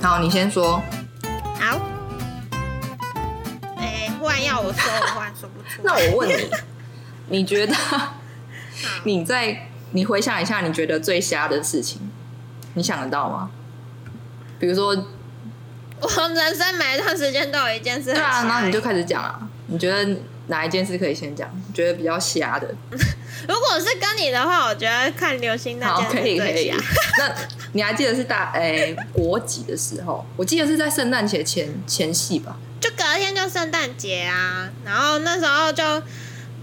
好，你先说。好，哎、忽然要我说，我忽然说不出 那来。我问你，你觉得你在你回想一下，你觉得最瞎的事情，你想得到吗？比如说，我人生每一段时间都有一件事很对瞎啊，欸，然后你就开始讲啊。你觉得哪一件事可以先讲？你觉得比较瞎的？如果是跟你的话，我觉得看流星那好，件可事以可最以瞎。。那你还记得是大 诶、国几的时候？我记得是在圣诞节前前夕吧。就隔天就圣诞节啊，然后那时候就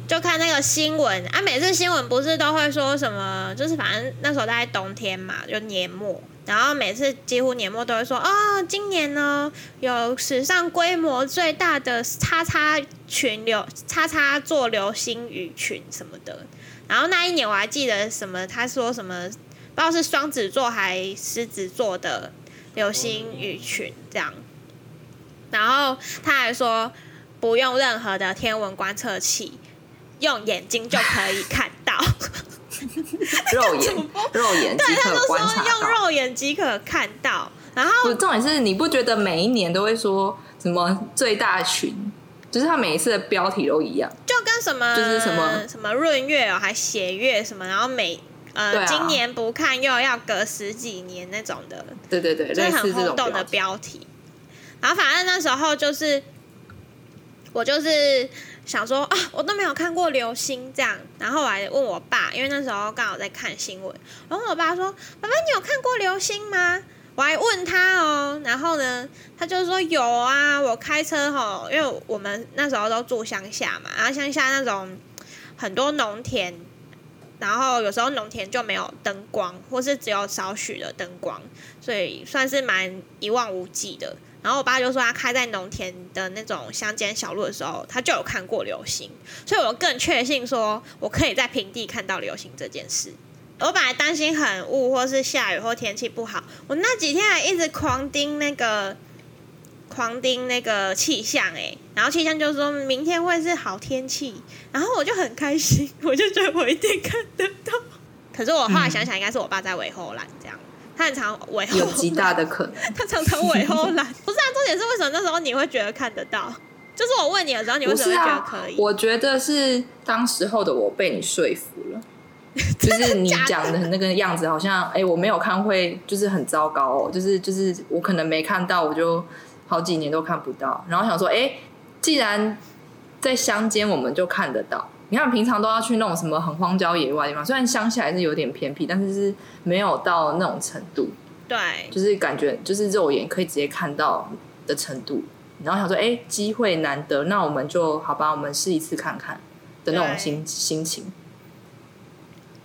就看那个新闻啊，每次新闻不是都会说什么，就是反正那时候大概冬天嘛，就年末，然后每次几乎年末都会说，哦，今年呢有史上规模最大的叉叉群流叉叉座流星雨群什么的，然后那一年我还记得什么，他说什么，不知道是双子座还狮子座的流星雨群这样。然后他还说不用任何的天文观测器，用眼睛就可以看 到。肉眼，肉眼即他就可说观察用到。肉眼即可看到。然后不，重点是你不觉得每一年都会说什么最大群，就是它每一次的标题都一样。就跟什么就是什么什么闰月哦，还血月什么，然后每对呃、啊今年不看又要隔十几年那种的，对对对，就类是似这很轰种动标的题标题。然后反正那时候就是，我就是想说啊，我都没有看过流星这样。然后我还问我爸，因为那时候刚好在看新闻，我问我爸说：“爸爸，你有看过流星吗？”我还问他哦，然后呢，他就说有啊，我开车吼，因为我们那时候都住乡下嘛，然后乡下那种很多农田，然后有时候农田就没有灯光，或是只有少许的灯光，所以算是蛮一望无际的。然后我爸就说，他开在农田的那种乡间小路的时候，他就有看过流星，所以我更确信说我可以在平地看到流星这件事。我本来担心很雾，或是下雨，或天气不好，我那几天还一直狂盯那个。狂盯那个气象哎、然后气象就说明天会是好天气，然后我就很开心，我就觉得我一定看得到。 可是我后来想想，应该是我爸在尾后栏这样，他很常尾后有极大的可能。他常常尾后来， 不是啊，重点是为什么那时候你会觉得看得到？就是我问你的时候，你为不什么是会觉得啊可，以？我觉得是当时候的我被你说服 了，就是你讲的那个样子，好像哎、我没有看会就是很糟糕哦，就是就是我可能没看到，我就好几年都看不到，然后想说，哎、既然在乡间我们就看得到，你看平常都要去那种什么很荒郊野外的地方，虽然乡下还是有点偏僻，但是是没有到那种程度，对，就是感觉就是肉眼可以直接看到的程度。然后想说，哎、机会难得，那我们就好吧，我们试一次看看的那种对心心情。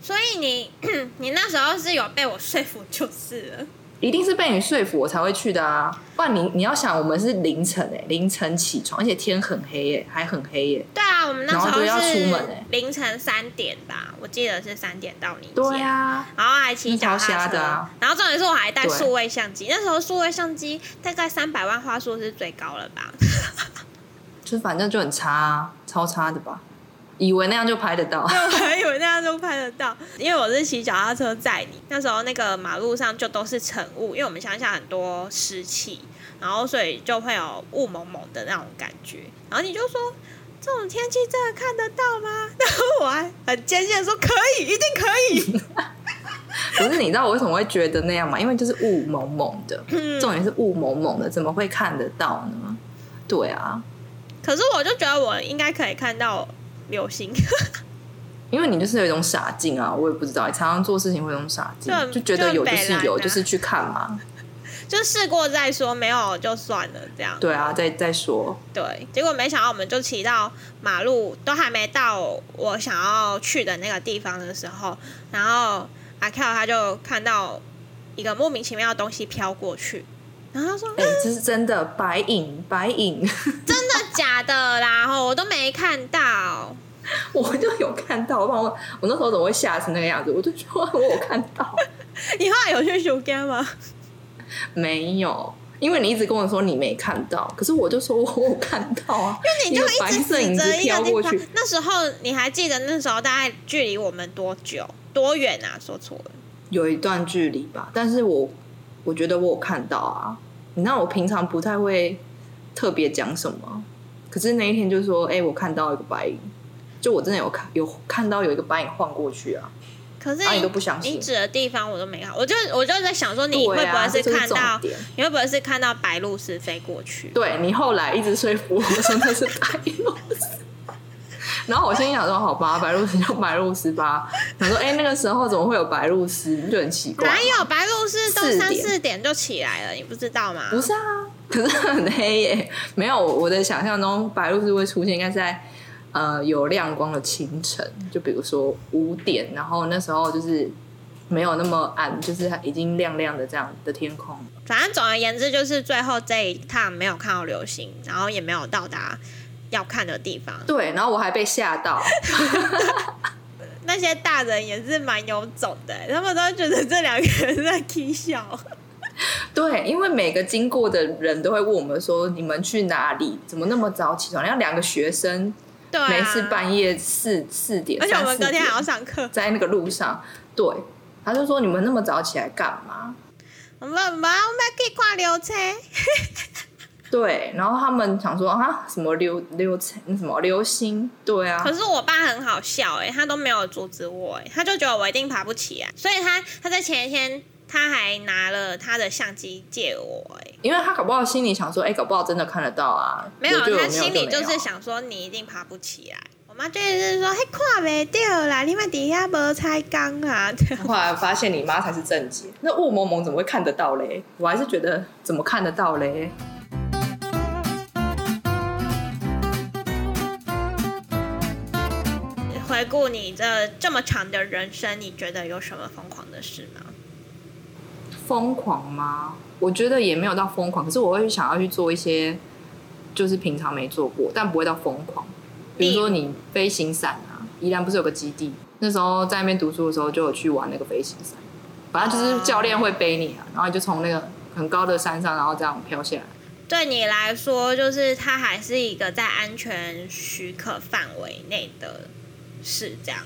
所以你 你那时候是有被我说服就是了。一定是被你说服我才会去的啊！不然你你要想，我们是凌晨哎、凌晨起床，而且天很黑耶、还很黑耶、对啊，我们那时然后候就要是出门欸凌晨三点吧，我记得是三点到你家。对啊，然后还骑脚超瞎踏车，的啊然后重点是我还带对数位相机，那时候数位相机大概三百万画素是最高了吧？就是反正就很差、啊，超差的吧？以为那样就拍得到， 我还以为大家都拍得到，因为我是骑脚踏车载你，那时候那个马路上就都是尘雾，因为我们乡下很多湿气，然后所以就会有雾蒙蒙的那种感觉。然后你就说这种天气真的看得到吗？ 然后我还很坚信地说可以，一定可以。可是你知道我为什么会觉得那样吗？因为就是雾蒙蒙的，重点是雾蒙蒙的，怎么会看得到呢？对啊，可是我就觉得我应该可以看到流星， 因为你就是有一种傻劲啊，我也不知道，你常常做事情会有一种傻劲就，很就觉得有就是有，就很北蓝啊就是去看嘛。就试过再说，没有就算了这样。对啊，再再说，对，结果没想到我们就骑到马路，都还没到我想要去的那个地方的时候，然后阿 Q 他就看到一个莫名其妙的东西飘过去，然后他说：“哎、这是真的白影，白影， 真的假的啦？然后我都没看到。我就有看到，我我我那时候怎么会吓成那个样子？我就说 我有看到，你后来有去修干吗？没有。因为你一直跟我说你没看到，可是我就说我有看到啊，因你就白一直色影指子着一飘个过地去方，。那时候你还记得那时候大概距离我们多久、多远啊？说错了。有一段距离吧，但是我我觉得我有看到啊，你知道我平常不太会特别讲什么，可是那一天就说，哎、我看到一个白影，就我真的有看有看到有一个白影晃过去啊，可是啊你都不相你信指的地方我都没看，我就我就在想说，你会对不啊，会这看重到？点。你会不会是看到白鹭鸶飞过去？对你后来一直说服我说那是白鹭鸶， 然后我心里想说好吧，白鹭鸶就白鹭鸶吧。想说哎、那个时候怎么会有白鹭鸶？你就很奇怪哪。有白鹭鸶都四三点四点就起来了，你不知道吗？不是 啊，可是很黑耶。没有，我的想象中白鹭鸶会出现，应该是在呃有亮光的清晨，就比如说五点，然后那时候就是没有那么暗，就是已经亮亮的这样的天空。反正总而言之，就是最后这一趟没有看到流星，然后也没有到达要看的地方。对，然后我还被吓到。那些大人也是蛮有种的、他们都觉得这两个人在 k 笑。 对，因为每个经过的人都会问我们说：“你们去哪里？怎么那么早起床？”然后两个学生对、啊，每次，半夜四四点，而且我三们四隔天还要点上课。在那个路上，对，他就说：“你们那么早起来干嘛我们我们要去看流车，？”对，然后他们想说啊，什么流流那什么流星？对啊可，是我爸很好笑哎、他都没有阻止我哎、他就觉得我一定爬不起来，所以他他在前一天他还拿了他的相机借我哎、因为他搞不好心里想说：“哎、搞不好真的看得到啊。”没有，就有他心里就就没有是想说你一定爬不起来。我妈就是说，嘿，看袂到啦，你们底下无彩工啊。 后来发现你妈才是正解，那雾蒙蒙怎么会看得到嘞？我还是觉得怎么看得到嘞？回顾你这这么长的人生，你觉得有什么疯狂的事吗？疯狂吗？我觉得也没有到疯狂，可是我会想要去做一些就是平常没做过，但不会到疯狂。比如说你飞行伞啊，宜兰不是有个基地？那时候在那边读书的时候就有去玩那个飞行伞，反正就是教练会背你啊，然后你就从那个很高的山上，然后这样飘下来。对你来说，就是它还是一个在安全许可范围内的事，这样。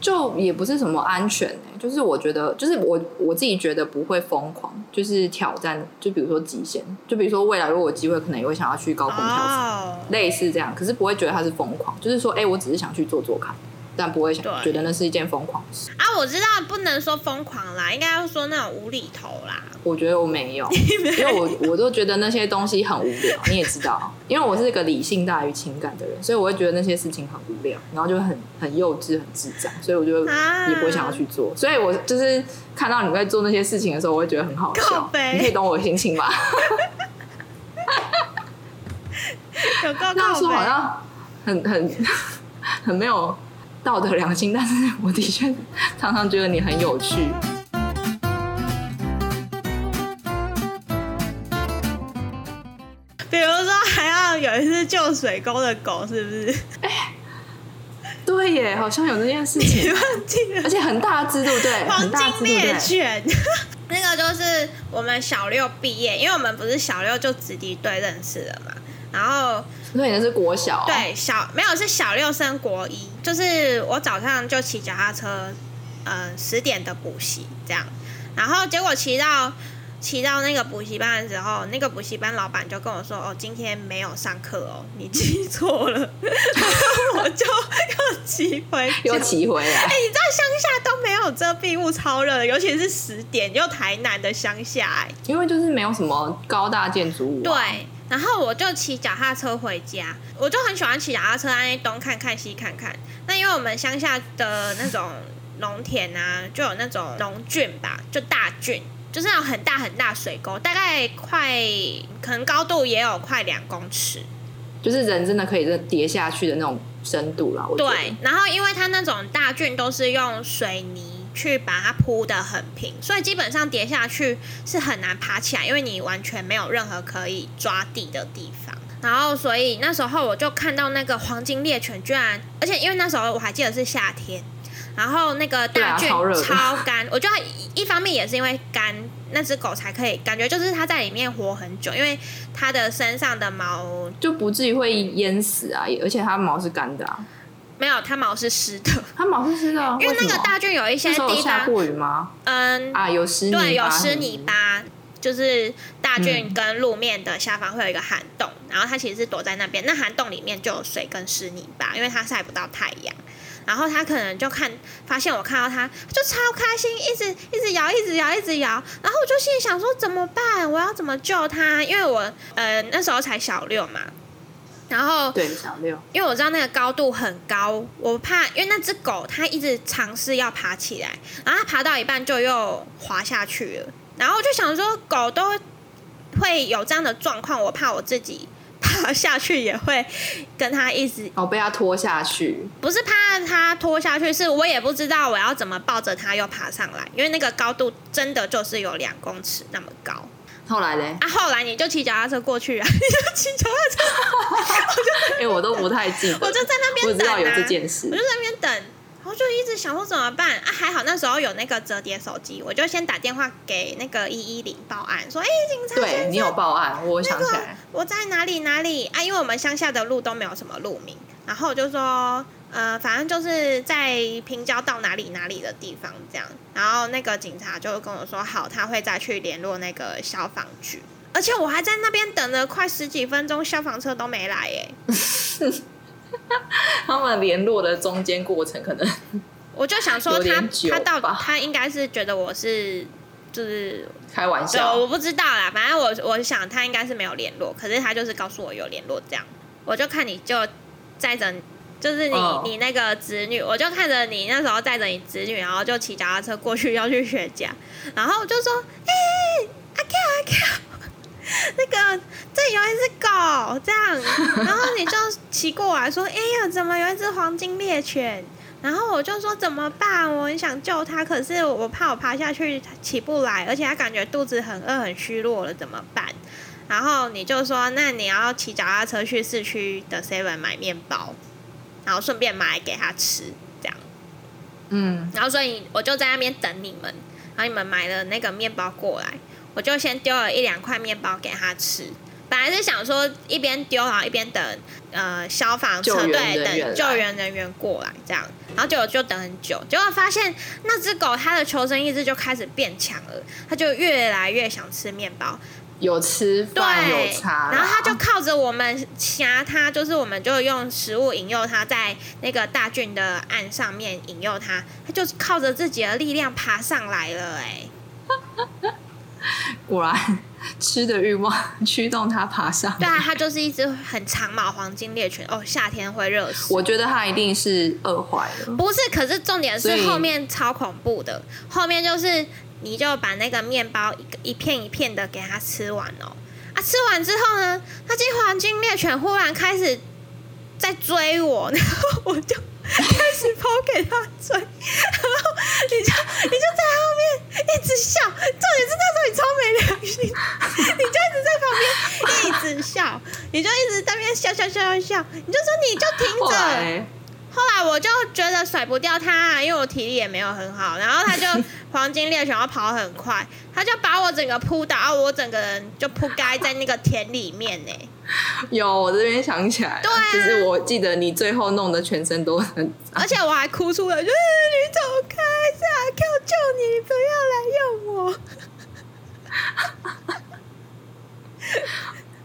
就也不是什么安全、欸，就是我觉得，就是我我自己觉得不会疯狂，就是挑战，就比如说极限，就比如说未来如果有机会，可能也会想要去高空跳伞。哦，类似这样，可是不会觉得他是疯狂，就是说，哎、我只是想去做做看，但不会想对觉得那是一件疯狂的 事。啊，我知道不能说疯狂啦，应该要说那种无厘头啦。我觉得我没有，因为我我都觉得那些东西很无聊，你也知道，因为我是一个理性大于情感的人，所以我会觉得那些事情很无聊，然后就很很幼稚、很智障，所以我就啊也不会想要去做。所以我就是看到你在做那些事情的时候，我会觉得很好靠笑北。你可以懂我的心情吧？有够那样告说好白，像很很 很没有道德良心，但是我的确常常觉得你很有趣。比如说还要有一次救水沟的狗，是不是？ 对耶，好像有这件事你情，忘记了 而？且很大只，对不对？黄很大只，对金不猎对？犬。 那个就是我们小六毕业，因为我们不是小六就子弟队认识了嘛。然后所以那是国小、哦，，对小没有是小六升国一，就是我早上就骑脚踏车，嗯十点的补习这样，然后结果骑到骑到那个补习班的时候，那个补习班老板就跟我说：“哦，今天没有上课哦，你记错了。”然后我 就又骑回家又骑回来哎、。你知道乡下都没有遮蔽物，超热的，尤其是十点，又台南的乡下、哎，因为就是没有什么高大建筑物、啊，对。然后我就骑脚踏车回家，我就很喜欢骑脚踏车，在东看看西看看。那因为我们乡下的那种农田啊，就有那种农郡吧，就大郡，就是那种很大很大水沟，大概快可能高度也有快两公尺。就是人真的可以跌下去的那种深度 啦。我觉得对，，啊然后因为它那种大郡都是用水泥去把它铺的很平，所以基本上跌下去是很难爬起来，因为你完全没有任何可以抓地的地方。然后，所以那时候我就看到那个黄金猎犬，居然，而且因为那时候我还记得是夏天，然后那个对啊大郡超热的超干，我觉得一一方面也是因为干，那只狗才可以，感觉就是它在里面活很久，因为它的身上的毛就不至于会淹死啊，也而且它毛是干的啊，没有，它毛是湿的，它毛是湿的啊，因为什那么个大郡有一些那时候有地下方过雨吗？嗯，啊，有湿泥巴，对，有湿泥。巴，就是大菌跟路面的下方会有一个涵洞，然后它其实是躲在那边。那涵洞里面就有水跟湿泥巴，因为它晒不到太阳。然后它可能就看发现我看到它，就超开心，一直一直摇，一直摇，一直摇。然后我就心里想说怎么办？我要怎么救它？因为我呃那时候才小六嘛，然后对，小六，因为我知道那个高度很高，我怕，因为那只狗它一直尝试要爬起来，然后它爬到一半就又滑下去了，然后我就想说狗都会有这样的状况，我怕我自己爬下去也会跟它一直，哦，被他拖下去，不是怕它拖下去，是我也不知道我要怎么抱着它又爬上来，因为那个高度真的就是有两公尺那么高。后来嘞，啊，后来你就骑脚踏车过去啊，你就骑脚踏车，哎、我都不太记得， 我就在那边我只知等啊。道有这件事我就，在那边等，然后就一直想说怎么办啊？还好那时候有那个折叠手机，我就先打电话给那个一一零报案，说哎、警察对先你生有报案，我想起那个来，我在哪里哪里啊？因为我们乡下的路都没有什么路名，然后我就说呃，反正就是在平交到哪里哪里的地方这样。然后那个警察就跟我说好，他会再去联络那个消防局。而且我还在那边等了快十几分钟，消防车都没来耶、他们联络的中间过程可能 我就想说有他点久他到吧他应该是觉得我是就是开玩对，笑，我不知道啦，反正我我想他应该是没有联络，可是他就是告诉我有联络这样，我就看你就载着就是你、哦你那个子女，我就看着你那时候载着你子女，然后就骑脚踏车过去要去学家，然后我就说哎那个这有一只狗这样，然后你就骑过来说：“哎呀，怎么有一只黄金猎犬？”然后我就说：“怎么办？我很想救它，可是我怕我爬下去起不来，而且它感觉肚子很饿、很虚弱了，怎么办？”然后你就说：“那你要骑脚踏车去市区的 Seven 买面包，然后顺便买来给它吃，这样。”嗯，然后所以我就在那边等你们，然后你们买了那个面包过来，我就先丢了一两块面包给他吃。本来是想说一边丢，然后一边等呃消防车救援人队员等来救援人员过来这样，然后结果就等很久，结果发现那只狗它的求生意志就开始变强了，它就越来越想吃面包，有吃饭对，有差啦，然后他就靠着我们挟他，就是我们就用食物引诱他，在那个大郡的岸上面引诱他，他就靠着自己的力量爬上来了、哎，果然 吃的欲望 驱动他爬上。对啊，它就是一只很长毛黄金猎犬，哦，夏天会热死。我觉得他一定是饿坏了，不是，可是重点所是以后面超恐怖的，后面就是你就把那个面包一个一片一片的给它吃完哦。啊，吃完之后呢，那只黄金猎犬忽然开始在追我，然后我就开始跑给它追，然后你就你就在后面一直笑，重点是那时候你超没良心， 你就一直在旁边一直笑，你就一直在那边笑笑笑笑笑，你就说你就停后着。来后来我就觉得甩不掉它，因为我体力也没有很好，然后它就 黄金猎犬要跑很快，它就把我整个扑倒，我整个人就扑盖在那个田里面呢、有我这边想起来了，对啊就是我记得你最后弄得全身都很 而且我还哭出来，就是你走开，是阿 Q 救你，不要来用我。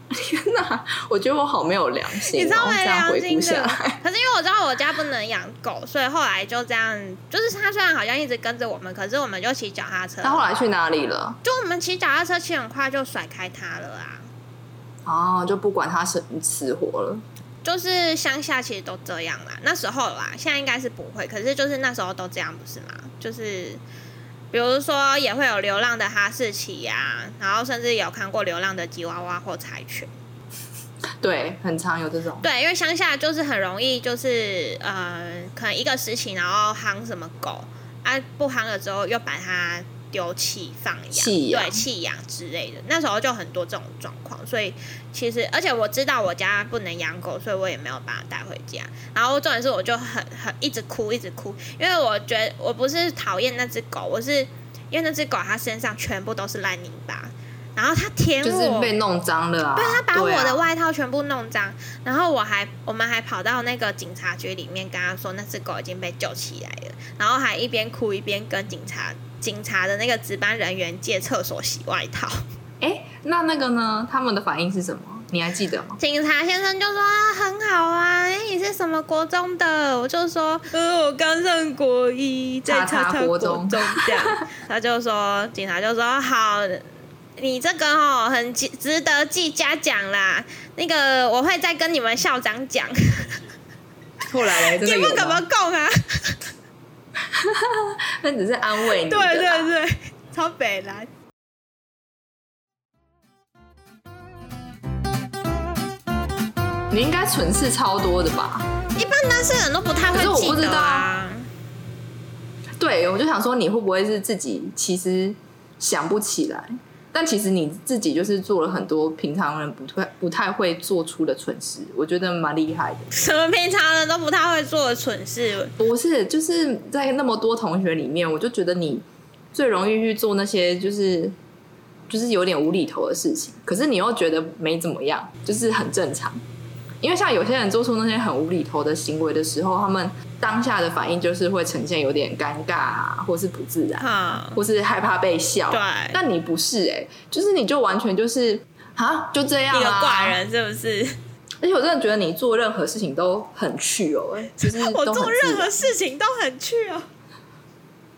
天哪！我觉得我好没有良心哦，你知道这没样良回顾心下的来，。 可是因为我知道我家不能养狗，所以后来就这样，就是它虽然好像一直跟着我们，可是我们就骑脚踏车他，后来去哪里了？就我们骑脚踏车骑很快就甩开它了啊。哦，就不管他死死活了。就是乡下其实都这样啦，那时候啦，现在应该是不会，可是就是那时候都这样，不是吗？就是比如说也会有流浪的哈士奇呀、然后甚至有看过流浪的吉娃娃或柴犬。对，很常有这种。对，因为乡下就是很容易，就是呃，可能一个时期然后夯什么狗啊，不夯了之后又把它丢弃放养，弃养对，弃养之类的。那时候就很多这种状况，所以其实而且我知道我家不能养狗，所以我也没有把它带回家。然后重点是我就很很一直哭一直哭，因为我觉得我不是讨厌那只狗，我是因为那只狗它身上全部都是烂泥巴。然后它舔我，就是被弄脏了啊！哦对他把我的啊、外套全部弄脏，然后我还我们还跑到那个警察局里面跟他说那只狗已经被救起来了，然后还一边哭一边跟警察警察的那个值班人员借厕所洗外套， 哎，那那个呢？他们的反应是什么？你还记得吗？警察先生就说、啊、很好啊，哎、你是什么国中的？我就说，呃，我刚上国一，在叉叉叉国国中这样。 他就说，警察就说好，你这个哦很值值得记嘉奖啦。那个我会再跟你们校长讲，后来嘞真你的有们怎么吗？供啊？那只是安慰你的 对啦。对对，超北蓝。你应该蠢事超多的吧？一般单身人都不太可会是我不记知得道啊啊。对，我就想说你会不会是自己其实想不起来，但其实你自己就是做了很多平常人不太不太会做出的蠢事，我觉得蛮厉害的。什么平常人都不太会做的蠢事，不是，就是在那么多同学里面，我就觉得你最容易去做那些就是就是有点无厘头的事情，可是你又觉得没怎么样，就是很正常。因为像有些人做出那些很无厘头的行为的时候，他们当下的反应就是会呈现有点尴尬、啊，或是不自然，哈、或是害怕被笑。对啊但你不是哎、就是你就完全就是啊，就这样、啊，一个怪人是不是？而且我真的觉得你做任何事情都很趣哦、哎，就是 我都很做自任然何事情都很趣哦。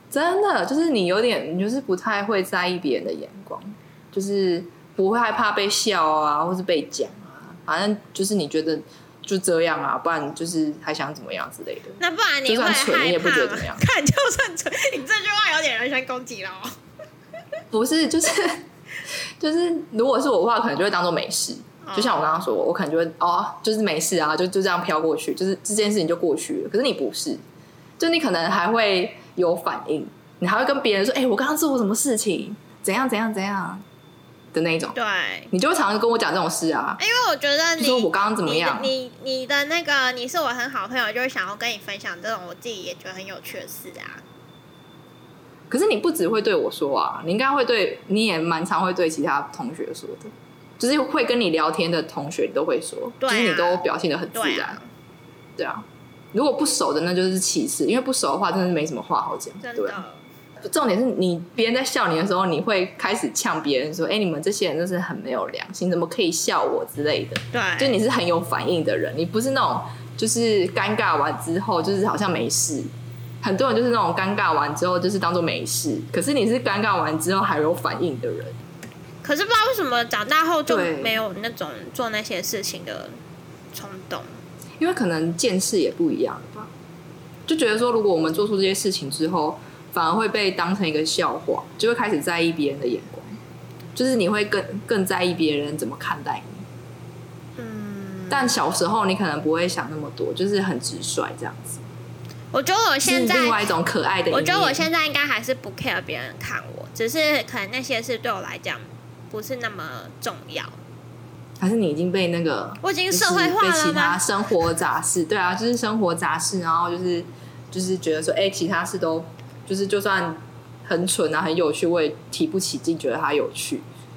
真的就是你有点，你就是不太会在意别人的眼光，就是不会害怕被笑啊，或是被讲啊，反正就是你觉得就这样啊，不然就是还想怎么样之类的。那不然你就算会蠢你害也不觉怕得吗怎么样？看，就算蠢，你这句话有点人身攻击了哦。不是，就是 就是，如果是我的话，可能就会当做没事。哦就像我刚刚说，我可能就会哦，就是没事啊，就就这样飘过去，就是这件事情就过去了。可是你不是，就你可能还会有反应，你还会跟别人说：“哎、我刚刚做了什么事情？怎样怎样怎样的那一种。”对，你就会常常跟我讲这种事啊，因为我觉得就你说我刚刚怎么样你你你的那个你是我很好朋友，就是想要跟你分享这种我自己也觉得很有趣的事啊。可是你不只会对我说啊，你应该会对，你也蛮常会对其他同学说的，就是会跟你聊天的同学，你都会说，对啊就是你都表现的很自对然啊，，对啊。如果不熟的，那就是其次，因为不熟的话，真的是没什么话好讲。真对啊，的。重点是你别人在笑你的时候，你会开始呛别人说：“哎、你们这些人真是很没有良心，怎么可以笑我之类的。”就对，你是很有反应的人，你不是那种就是尴尬完之后就是好像没事。很多人就是那种尴尬完之后就是当做没事，可是你是尴尬完之后还有反应的人，可是不知道为什么长大后就对没有那种做那些事情的冲动。因为可能见识也不一样吧。就觉得说，如果我们做出这些事情之后，反而会被当成一个笑话，就会开始在意别人的眼光，就是你会更更在意别人怎么看待你。嗯，但小时候你可能不会想那么多，就是很直率这样子，我觉得我现是在另外一种可爱的一面。我觉得我现在应该还是不 care 别人看我，只是可能那些事对我来讲不是那么重要。还是你已经被那个我已经就是社会化被其了他吗？生活杂事，对啊，就是生活杂事，然后就是就是觉得说，哎、其他事都就是就算很蠢啊，很有趣，我也提不起劲，觉得它有趣，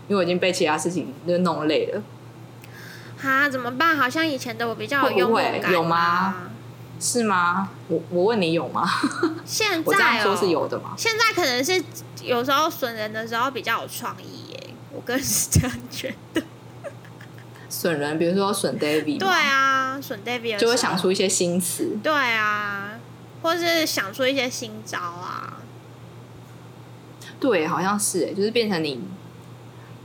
因为我已经被其他事情就弄累了。啊，怎么办？好像以前的我比较有幽啊默会不感、会有吗？是吗？我我问你有吗？现我这样在说哦，是有的吗？现在可能是有时候损人的时候比较有创意耶，我个人是这样觉 得。损人，比如说损 David，对，啊，损 David 就会想。出一些新词。对啊，或是想出一些新招啊。对，好像是哎，就是变成你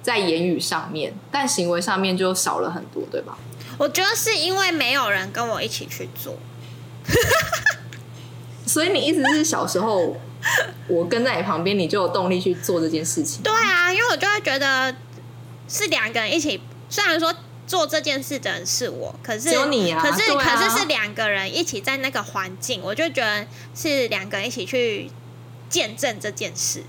在言语上面，但行为上面就少了很多，对吧？我觉得是因为没有人跟我一起去做，嗯所以你意思是小时候我跟在你旁边，你就有动力去做这件事情？对啊，因为我就会觉得是两个人一起，虽然说做这件事的人是我，可是只有你啊可是、对啊可是是两个人一起在那个环境，我就觉得是两个人一起去见证这件 事。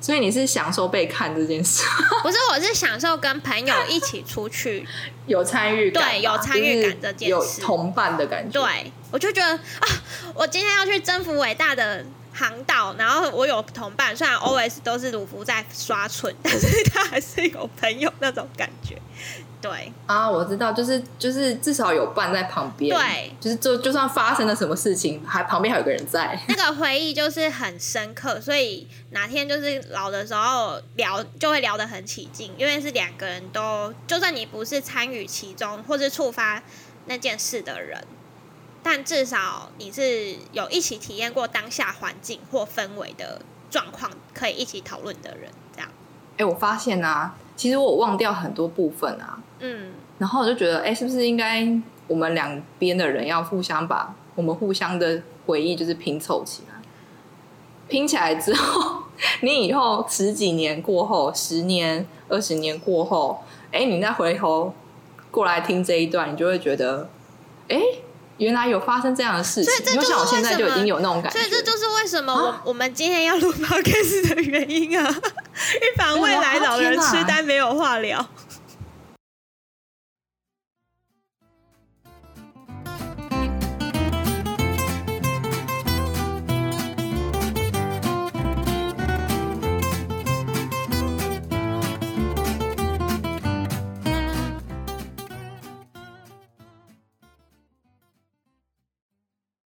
所以你是享受被看这件事， 不是，我是享受跟朋友一起出去，有参与感吧，对有参与感这件事就是有同伴的感觉。，对我就觉得啊，我今天要去征服伟大的。航道，然后我有同伴，虽然 always 都是鲁夫在刷蠢，但是他还是有朋友那种感觉。对啊，我知道，就是就是至少有伴在旁边，对，就是就就算发生了什么事情，还旁边还有个人在，那个回忆就是很深刻，所以哪天就是老的时候聊就会聊得很起劲，因为是两个人都，就算你不是参与其中或是触发那件事的人，但至少你是有一起体验过当下环境或氛围的状况，可以一起讨论的人，这样，哎、我发现啊，其实我忘掉很多部分啊，嗯，然后我就觉得，哎、是不是应该我们两边的人要互相把我们互相的回忆就是拼凑起来，拼起来之后， 你以后十几年过后，十年、二十年过后，哎、你再回头过来听这一段，你就会觉得，哎、原来有发生这样的事情所以这。你就会是像我现在为什就么已经有那种感觉所了，以这就是为什么我、啊我们今天 要录 podcast 的原因啊，预防未来老人天哪痴呆没有话聊。